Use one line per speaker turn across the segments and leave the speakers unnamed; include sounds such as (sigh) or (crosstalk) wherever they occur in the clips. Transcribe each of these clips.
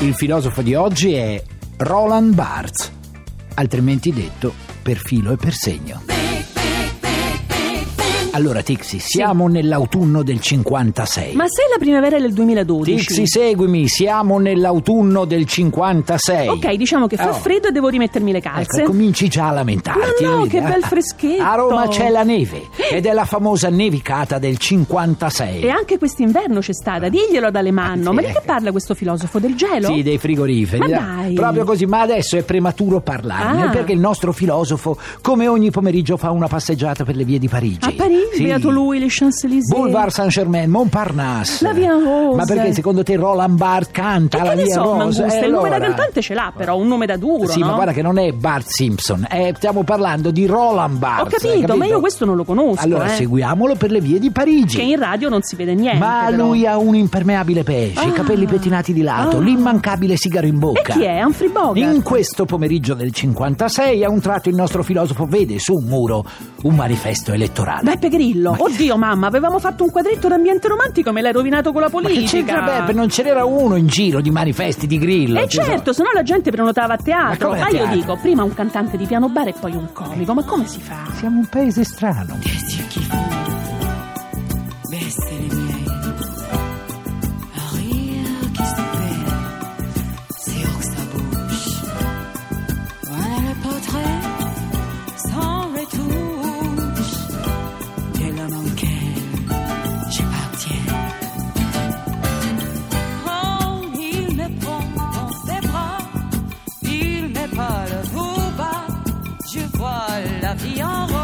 Il filosofo di oggi è Roland Barthes, altrimenti detto per filo e per segno. Allora Tixi, siamo nell'autunno del 56.
Ma se la primavera è del 2012
Tixi, seguimi, siamo nell'autunno del 56.
Ok, diciamo che fa
Oh.
freddo e devo rimettermi le
Ecco,
calze
cominci già a lamentarti.
Ma no,
vedi?
che bel
Ah,
freschetto. Eh.
A Roma c'è la neve ed è la famosa nevicata del 56.
E anche quest'inverno c'è stata, diglielo ad Alemanno
Ah, sì,
Ma di che
ecco.
parla questo filosofo, del gelo?
Sì, dei frigoriferi.
Ma
eh.
dai.
Proprio così, ma adesso è prematuro parlarne
Ah.
perché il nostro filosofo, come ogni pomeriggio, fa una passeggiata per le vie di Parigi.
A Parigi,
Sì.
beato lui, le Champs-Élysées
Boulevard Saint-Germain, Montparnasse.
La Via Rose.
Ma perché secondo te Roland Barthes canta
E
la
che ne
Via
so,
Rose?
Mangusta,
Eh,
il nome da
allora.
cantante ce l'ha però, un nome da duro,
Sì,
no?
ma guarda che non è Bart Simpson, eh, stiamo parlando di Roland
Ho
Barthes.
capito,
hai
ma io questo non lo conosco
Allora
eh.
seguiamolo per le vie di Parigi.
Che in radio non si vede niente
Ma
però.
lui ha un impermeabile pesce, i
Ah.
capelli pettinati di lato,
Ah.
l'immancabile sigaro in
E
bocca.
chi è? Humphrey Bogart?
In questo pomeriggio del 56 a un tratto il nostro filosofo vede su un muro un manifesto elettorale.
Beppe Grillo.
Ma-
Oddio, mamma, avevamo fatto un quadretto d'ambiente romantico e me l'hai rovinato con la
Ma che
politica.
c'entra Beppe? Non ce n'era uno in giro di manifesti di Grillo.
E
tesoro.
certo, se no la gente prenotava a teatro. Ah,
Ma come a
io
teatro?
dico, prima un cantante di piano bar e poi un comico. Ma come si fa?
Siamo un paese strano.
Qu'est-ce qu'ils font Baisser les miennes. Un rire qui se perd, c'est hors sa bouche. Voilà le portrait sans retouche de l'homme auquel j'appartiens. Quand Oh, il me prend dans ses bras, il me parle tout bas. Je vois la vie en rose.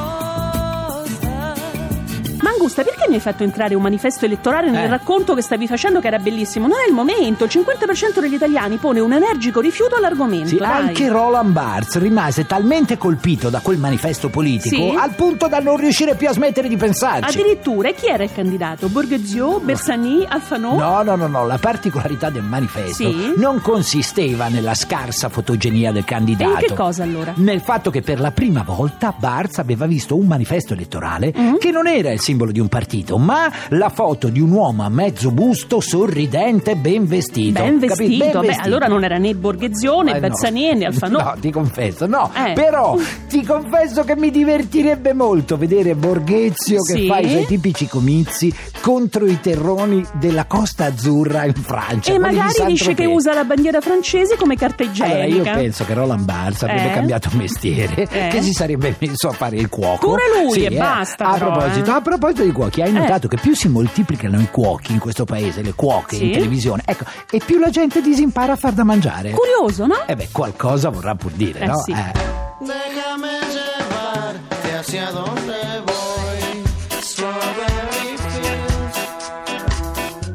Mangusta, perché mi hai fatto entrare un manifesto elettorale nel
Eh.
racconto che stavi facendo che era bellissimo? Non è il momento. Il 50% degli italiani pone un energico rifiuto all'argomento.
Sì,
dai.
anche Roland Barthes rimase talmente colpito da quel manifesto politico
Sì?
al punto da non riuscire più a smettere di pensarci.
Addirittura, e chi era il candidato? Borghezio, Bersani, Alfano?
No, no, no, no, la particolarità del manifesto
Sì?
non consisteva nella scarsa fotogenia del
E
candidato.
in che cosa allora?
Nel fatto che per la prima volta Barz aveva visto un manifesto elettorale
Mm.
che non era il simbolo di un partito, ma la foto di un uomo a mezzo busto, sorridente, ben vestito.
Ben
Capi-
vestito, beh, allora non era né Borghezione,
Eh,
né
no.
Bersani,
(laughs)
né Alfano.
No, ti confesso, no.
Eh.
Però ti confesso che mi divertirebbe molto vedere Borghezio che
Sì?
fa i suoi tipici comizi contro i terroni della Costa Azzurra in Francia.
e
Cioè, quelli di
magari dice che
Saint-Tropez.
usa la bandiera francese come carta
Allora,
igienica.
io penso che Roland Barthes avrebbe
Eh?
cambiato mestiere,
Eh?
che si sarebbe messo a fare il cuoco.
Pure lui,
Sì,
e
eh.
basta,
A
però,
proposito,
eh.
a proposito di cuochi, hai
Eh.
notato che più si moltiplicano i cuochi in questo paese, le cuoche
Sì?
in televisione, ecco, e più la gente disimpara a far da mangiare.
Curioso, no?
Eh beh, qualcosa vorrà pur dire,
Eh,
no?
sì.
Déjame llevarte hacia donde voy. Strawberry fields.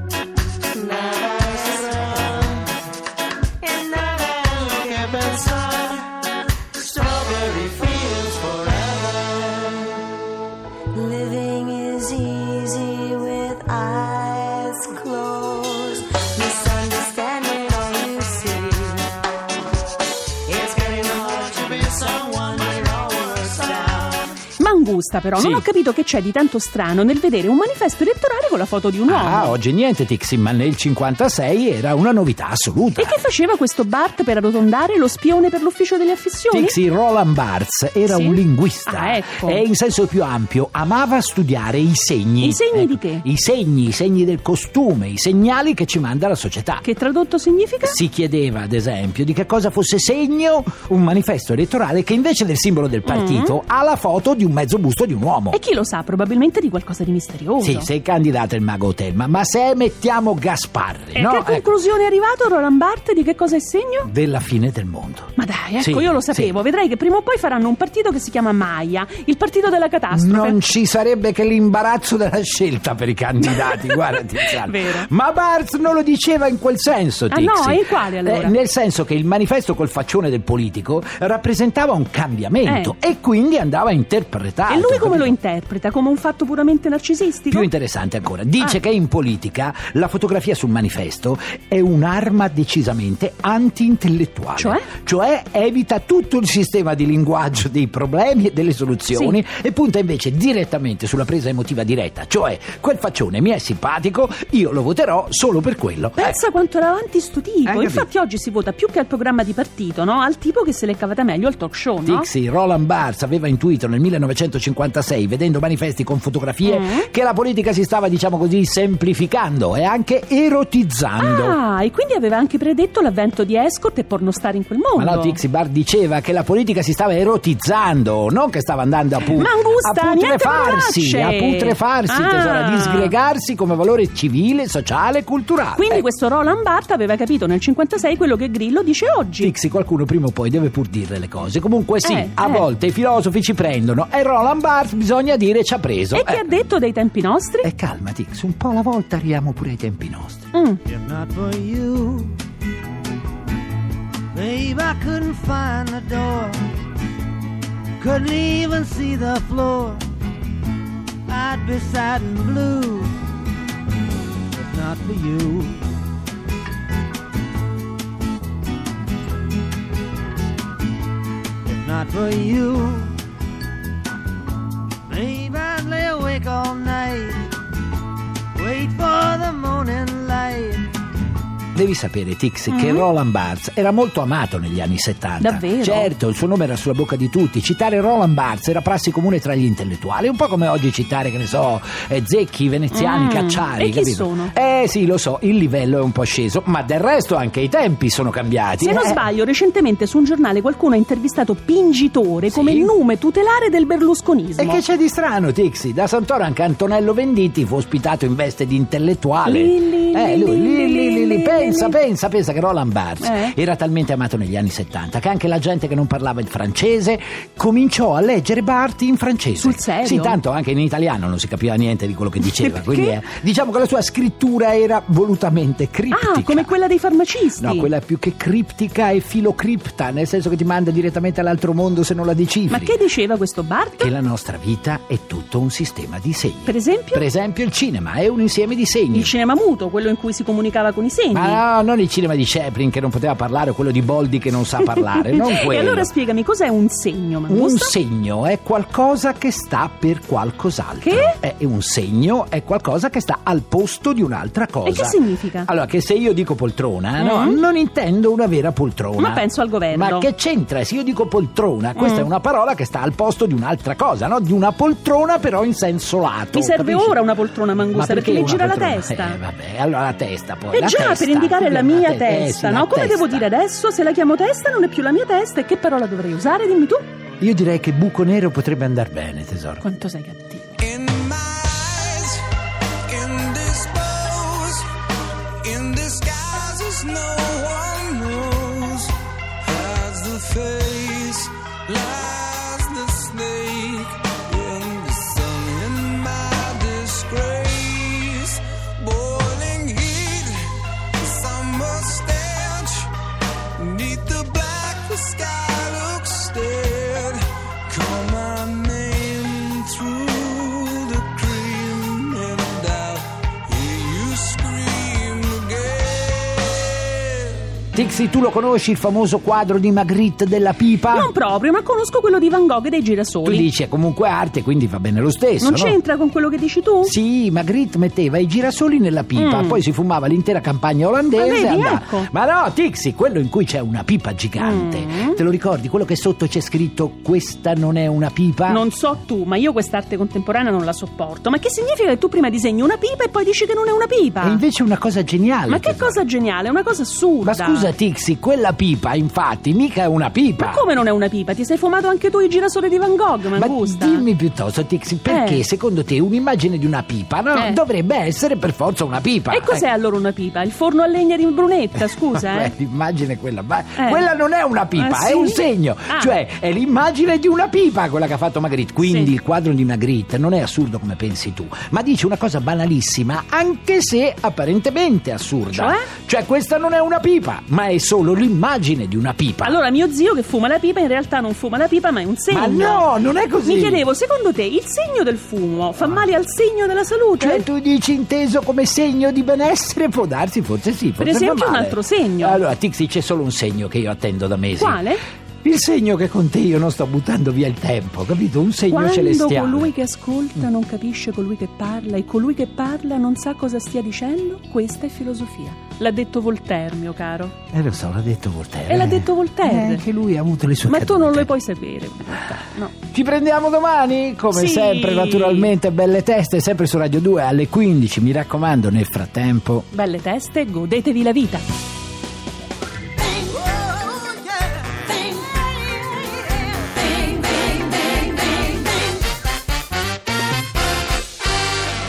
Nada será. En nada hay que pensar. Strawberry fields forever.
Living is easy with eyes closed. Misunderstanding all you see.
It's getting hard to be someone when all works out.
Mangusta, però,
Sì.
non ho capito che c'è di tanto strano nel vedere un manifesto elettorale con la foto di un uomo.
Ah, oggi niente Tixi, ma nel 56 era una novità assoluta.
E che faceva questo Bart per arrotondare lo spione per l'ufficio delle affissioni?
Tixi Roland Barthes era
Sì?
un linguista
Ah, ecco.
e in senso più ampio amava studiare i segni.
I segni
Ecco,
di che?
I segni, i segni del costume, i segnali che ci manda la società.
Che tradotto significa?
Si chiedeva, ad esempio, di che cosa fosse segno un manifesto elettorale che invece del simbolo del partito ha la foto di un mezzo busto gusto di un uomo.
Mm. E chi lo sa, probabilmente di qualcosa di misterioso.
Sì, sei candidato il mago Telma, ma se mettiamo Gasparri,
E
no?
che
Ecco,
conclusione è Eh, arrivato Roland Barthes di che cosa è segno?
della fine del mondo.
Ma dai, ecco,
Sì,
io lo sapevo.
sì.
Vedrai che prima o poi faranno un partito che si chiama Maia, il partito della catastrofe.
Non ci sarebbe che l'imbarazzo della scelta per i candidati,
(laughs)
guarda Tiziano.
Vero.
Ma Barz non lo diceva in quel senso,
Ah,
Tizi.
no? E in quale, allora?
nel senso che il manifesto col faccione del politico rappresentava un cambiamento e quindi andava interpretato.
Eh. E lui come lo
capito?
interpreta? Come un fatto puramente narcisistico?
Più interessante ancora, dice
Ah.
che in politica la fotografia sul manifesto è un'arma decisamente anti-intellettuale.
Cioè?
Cioè evita tutto il sistema di linguaggio dei problemi e delle soluzioni e punta invece direttamente sulla presa emotiva diretta. Cioè, quel faccione mi è simpatico, io lo voterò solo per quello. Ecco,
Pensa quanto era avanti sto tipo.
Hai Eh. capito?
Infatti oggi si vota più che al programma di partito, no? Al tipo che se l'è cavata meglio al talk show, no?
Tixi, Roland Barthes aveva intuito nel 1956, vedendo manifesti con fotografie,
Eh?
che la politica si stava, diciamo così, semplificando e anche erotizzando.
Ah, e quindi aveva anche predetto l'avvento di escort e pornostar in quel mondo.
Ma no, Tixi Bar diceva che la politica si stava erotizzando, non che stava andando a, pu-
Mangusta,
a putrefarsi, a
niente parolacce.
putrefarsi,
Ah.
tesoro, a disgregarsi come valore civile, sociale e culturale.
Quindi
Eh,
questo Roland Barthes aveva capito nel 56 quello che Grillo dice oggi.
Tixi, qualcuno prima o poi deve pur dire le cose. Comunque sì,
Eh,
a
eh.
volte i filosofi ci prendono e Roland Barthes bisogna dire ci ha preso. Ecco.
E che ha detto dei tempi nostri?
E calma Tixi, un po' alla volta arriviamo pure ai tempi nostri.
Mm.
If not for you, babe, I couldn't find the door. Couldn't even see the floor. I'd be sad and blue. If not for you. If not for you, babe, I'd lay awake all night. Wait for the morning light.
Devi sapere, Tixi, che Roland Barthes era molto amato negli anni 70.
Mm? Davvero?
Certo, il suo nome era sulla bocca di tutti. Citare Roland Barthes era prassi comune tra gli intellettuali, un po' come oggi citare, che ne so, eh, Zecchi, Veneziani,
Mm.
Cacciari.
E chi
capito?
sono?
Eh sì, lo so, il livello è un po' sceso, ma del resto anche i tempi sono cambiati.
Se non
eh.
sbaglio, recentemente su un giornale qualcuno ha intervistato Pingitore come
Sì.
nome tutelare del
E
berlusconismo.
che c'è di strano, Tixi? Da Santoro anche Antonello Venditti fu ospitato in veste di intellettuale.
Lì, lì,
eh,
lì,
lui,
lì,
lì, lì, lì, lì.
lì,
pensa,
lì.
pensa, pensa che Roland Barthes
Eh?
era talmente amato negli anni 70 che anche la gente che non parlava il francese cominciò a leggere Barthes in francese.
Sul serio?
Sì, tanto anche in italiano non si capiva niente di quello che diceva.
Perché?
quindi eh, diciamo che la sua scrittura era volutamente criptica.
ah, come quella dei farmacisti.
No, quella più che criptica è filocripta, nel senso che ti manda direttamente all'altro mondo se non la decifri
Ma che diceva questo Bart?
che la nostra vita è tutto un sistema di segni.
Per esempio?
Per esempio il cinema è un insieme di segni.
Il cinema muto, quello in cui si comunicava con i segni.
Ma no, non il cinema di Chaplin che non poteva parlare o quello di Boldi che non
(laughs)
sa parlare, non
e
quello.
allora spiegami cos'è un segno,
un
Mangusta?
segno è qualcosa che sta per qualcos'altro.
Che?
È un segno è qualcosa che sta al posto di un'altra cosa. Ah,
E che significa?
Allora, che se io dico poltrona, no,
Mm.
non intendo una vera poltrona.
Ma penso al governo.
Ma che c'entra? Se io dico poltrona, questa
Mm.
è una parola che sta al posto di un'altra cosa, no? Di una poltrona però in senso lato.
Mi serve
capisci?
ora una poltrona, Mangusta,
Ma
perché mi
una
gira la
poltrona?
testa.
Eh, vabbè, allora la testa poi.
E
la
già,
testa.
per indicare la mia
te- eh,
testa,
sì,
no?
la
Come devo
testa.
dire adesso? Se la chiamo testa non è più la mia testa e che parola dovrei usare? Dimmi tu.
Io direi che buco nero potrebbe andare bene, tesoro.
Quanto sei cattivo.
In my eyes, indisposed, in disguises no one knows. Hides the face, lies the snake, in the sun, in my disgrace. Boiling heat, summer stench. Neath the black, the sky looks dead. Call my name through the cream, and I hear you scream again.
Tixi, tu lo conosci il famoso quadro di Magritte della pipa?
Non proprio, ma conosco quello di Van Gogh e dei
Ah. Tu
girasoli.
dici è comunque arte, quindi va bene lo stesso.
non
no?
c'entra con quello che dici tu?
Sì, Magritte metteva i girasoli nella pipa,
Mm.
poi si fumava l'intera campagna olandese.
Ma vedi,
e andava.
ecco.
Ma no, Tixi, quello in cui c'è una pipa gigante.
Mm.
Te lo ricordi? Quello che sotto c'è scritto questa non è una pipa?
Non so tu, ma io quest'arte contemporanea non la sopporto. Ma che significa che tu prima disegni una pipa e poi dici che non è una pipa?
È invece una cosa geniale.
ma che
tesoro.
cosa geniale, è una cosa assurda.
Ma scusa, Scusa Tixi, quella pipa infatti mica è una pipa.
Come non è una pipa? Ti sei fumato anche tu il girasole di Van Gogh,
Ma
Mangusta.
dimmi piuttosto Tixi, perché
Eh.
secondo te un'immagine di una pipa no,
Eh.
dovrebbe essere per forza una pipa?
E cos'è allora una pipa? Il forno a legna di
(laughs)
Brunetta, scusa,
Beh,
eh.
l'immagine è quella. Ma
Eh.
quella non è una pipa,
Ah,
è
sì?
un segno.
Ah.
Cioè, è l'immagine di una pipa quella che ha fatto Magritte. Quindi
Sì.
il quadro di Magritte non è assurdo come pensi tu, ma dice una cosa banalissima, anche se apparentemente assurda.
Cioè?
questa non è una pipa, ma è solo l'immagine di una pipa.
Allora, mio zio che fuma la pipa, in realtà non fuma la pipa, ma è un segno.
ma no, non è così.
Mi chiedevo, secondo te il segno del fumo fa male al segno della salute?
Cioè tu dici inteso come segno di benessere? Può darsi, forse sì, forse
Per esempio
fa
un
male.
altro segno.
Allora, Tixi, c'è solo un segno che io attendo da mesi.
Quale?
Il segno che con te io non sto buttando via il tempo, capito? Un segno
Quando
celestiale. Mm.
colui che ascolta non capisce colui che parla e colui che parla non sa cosa stia dicendo, questa è filosofia. L'ha detto Voltaire, mio caro.
Eh lo so, l'ha detto Voltaire.
E l'ha detto Voltaire.
Eh, anche lui ha avuto le sue
Ma tu non
cadute.
lo puoi sapere, Voltaire, no.
Ci prendiamo domani, come
Sì.
sempre, naturalmente, belle teste, sempre su Radio 2 alle 15, mi raccomando, nel frattempo...
Belle teste, godetevi la vita.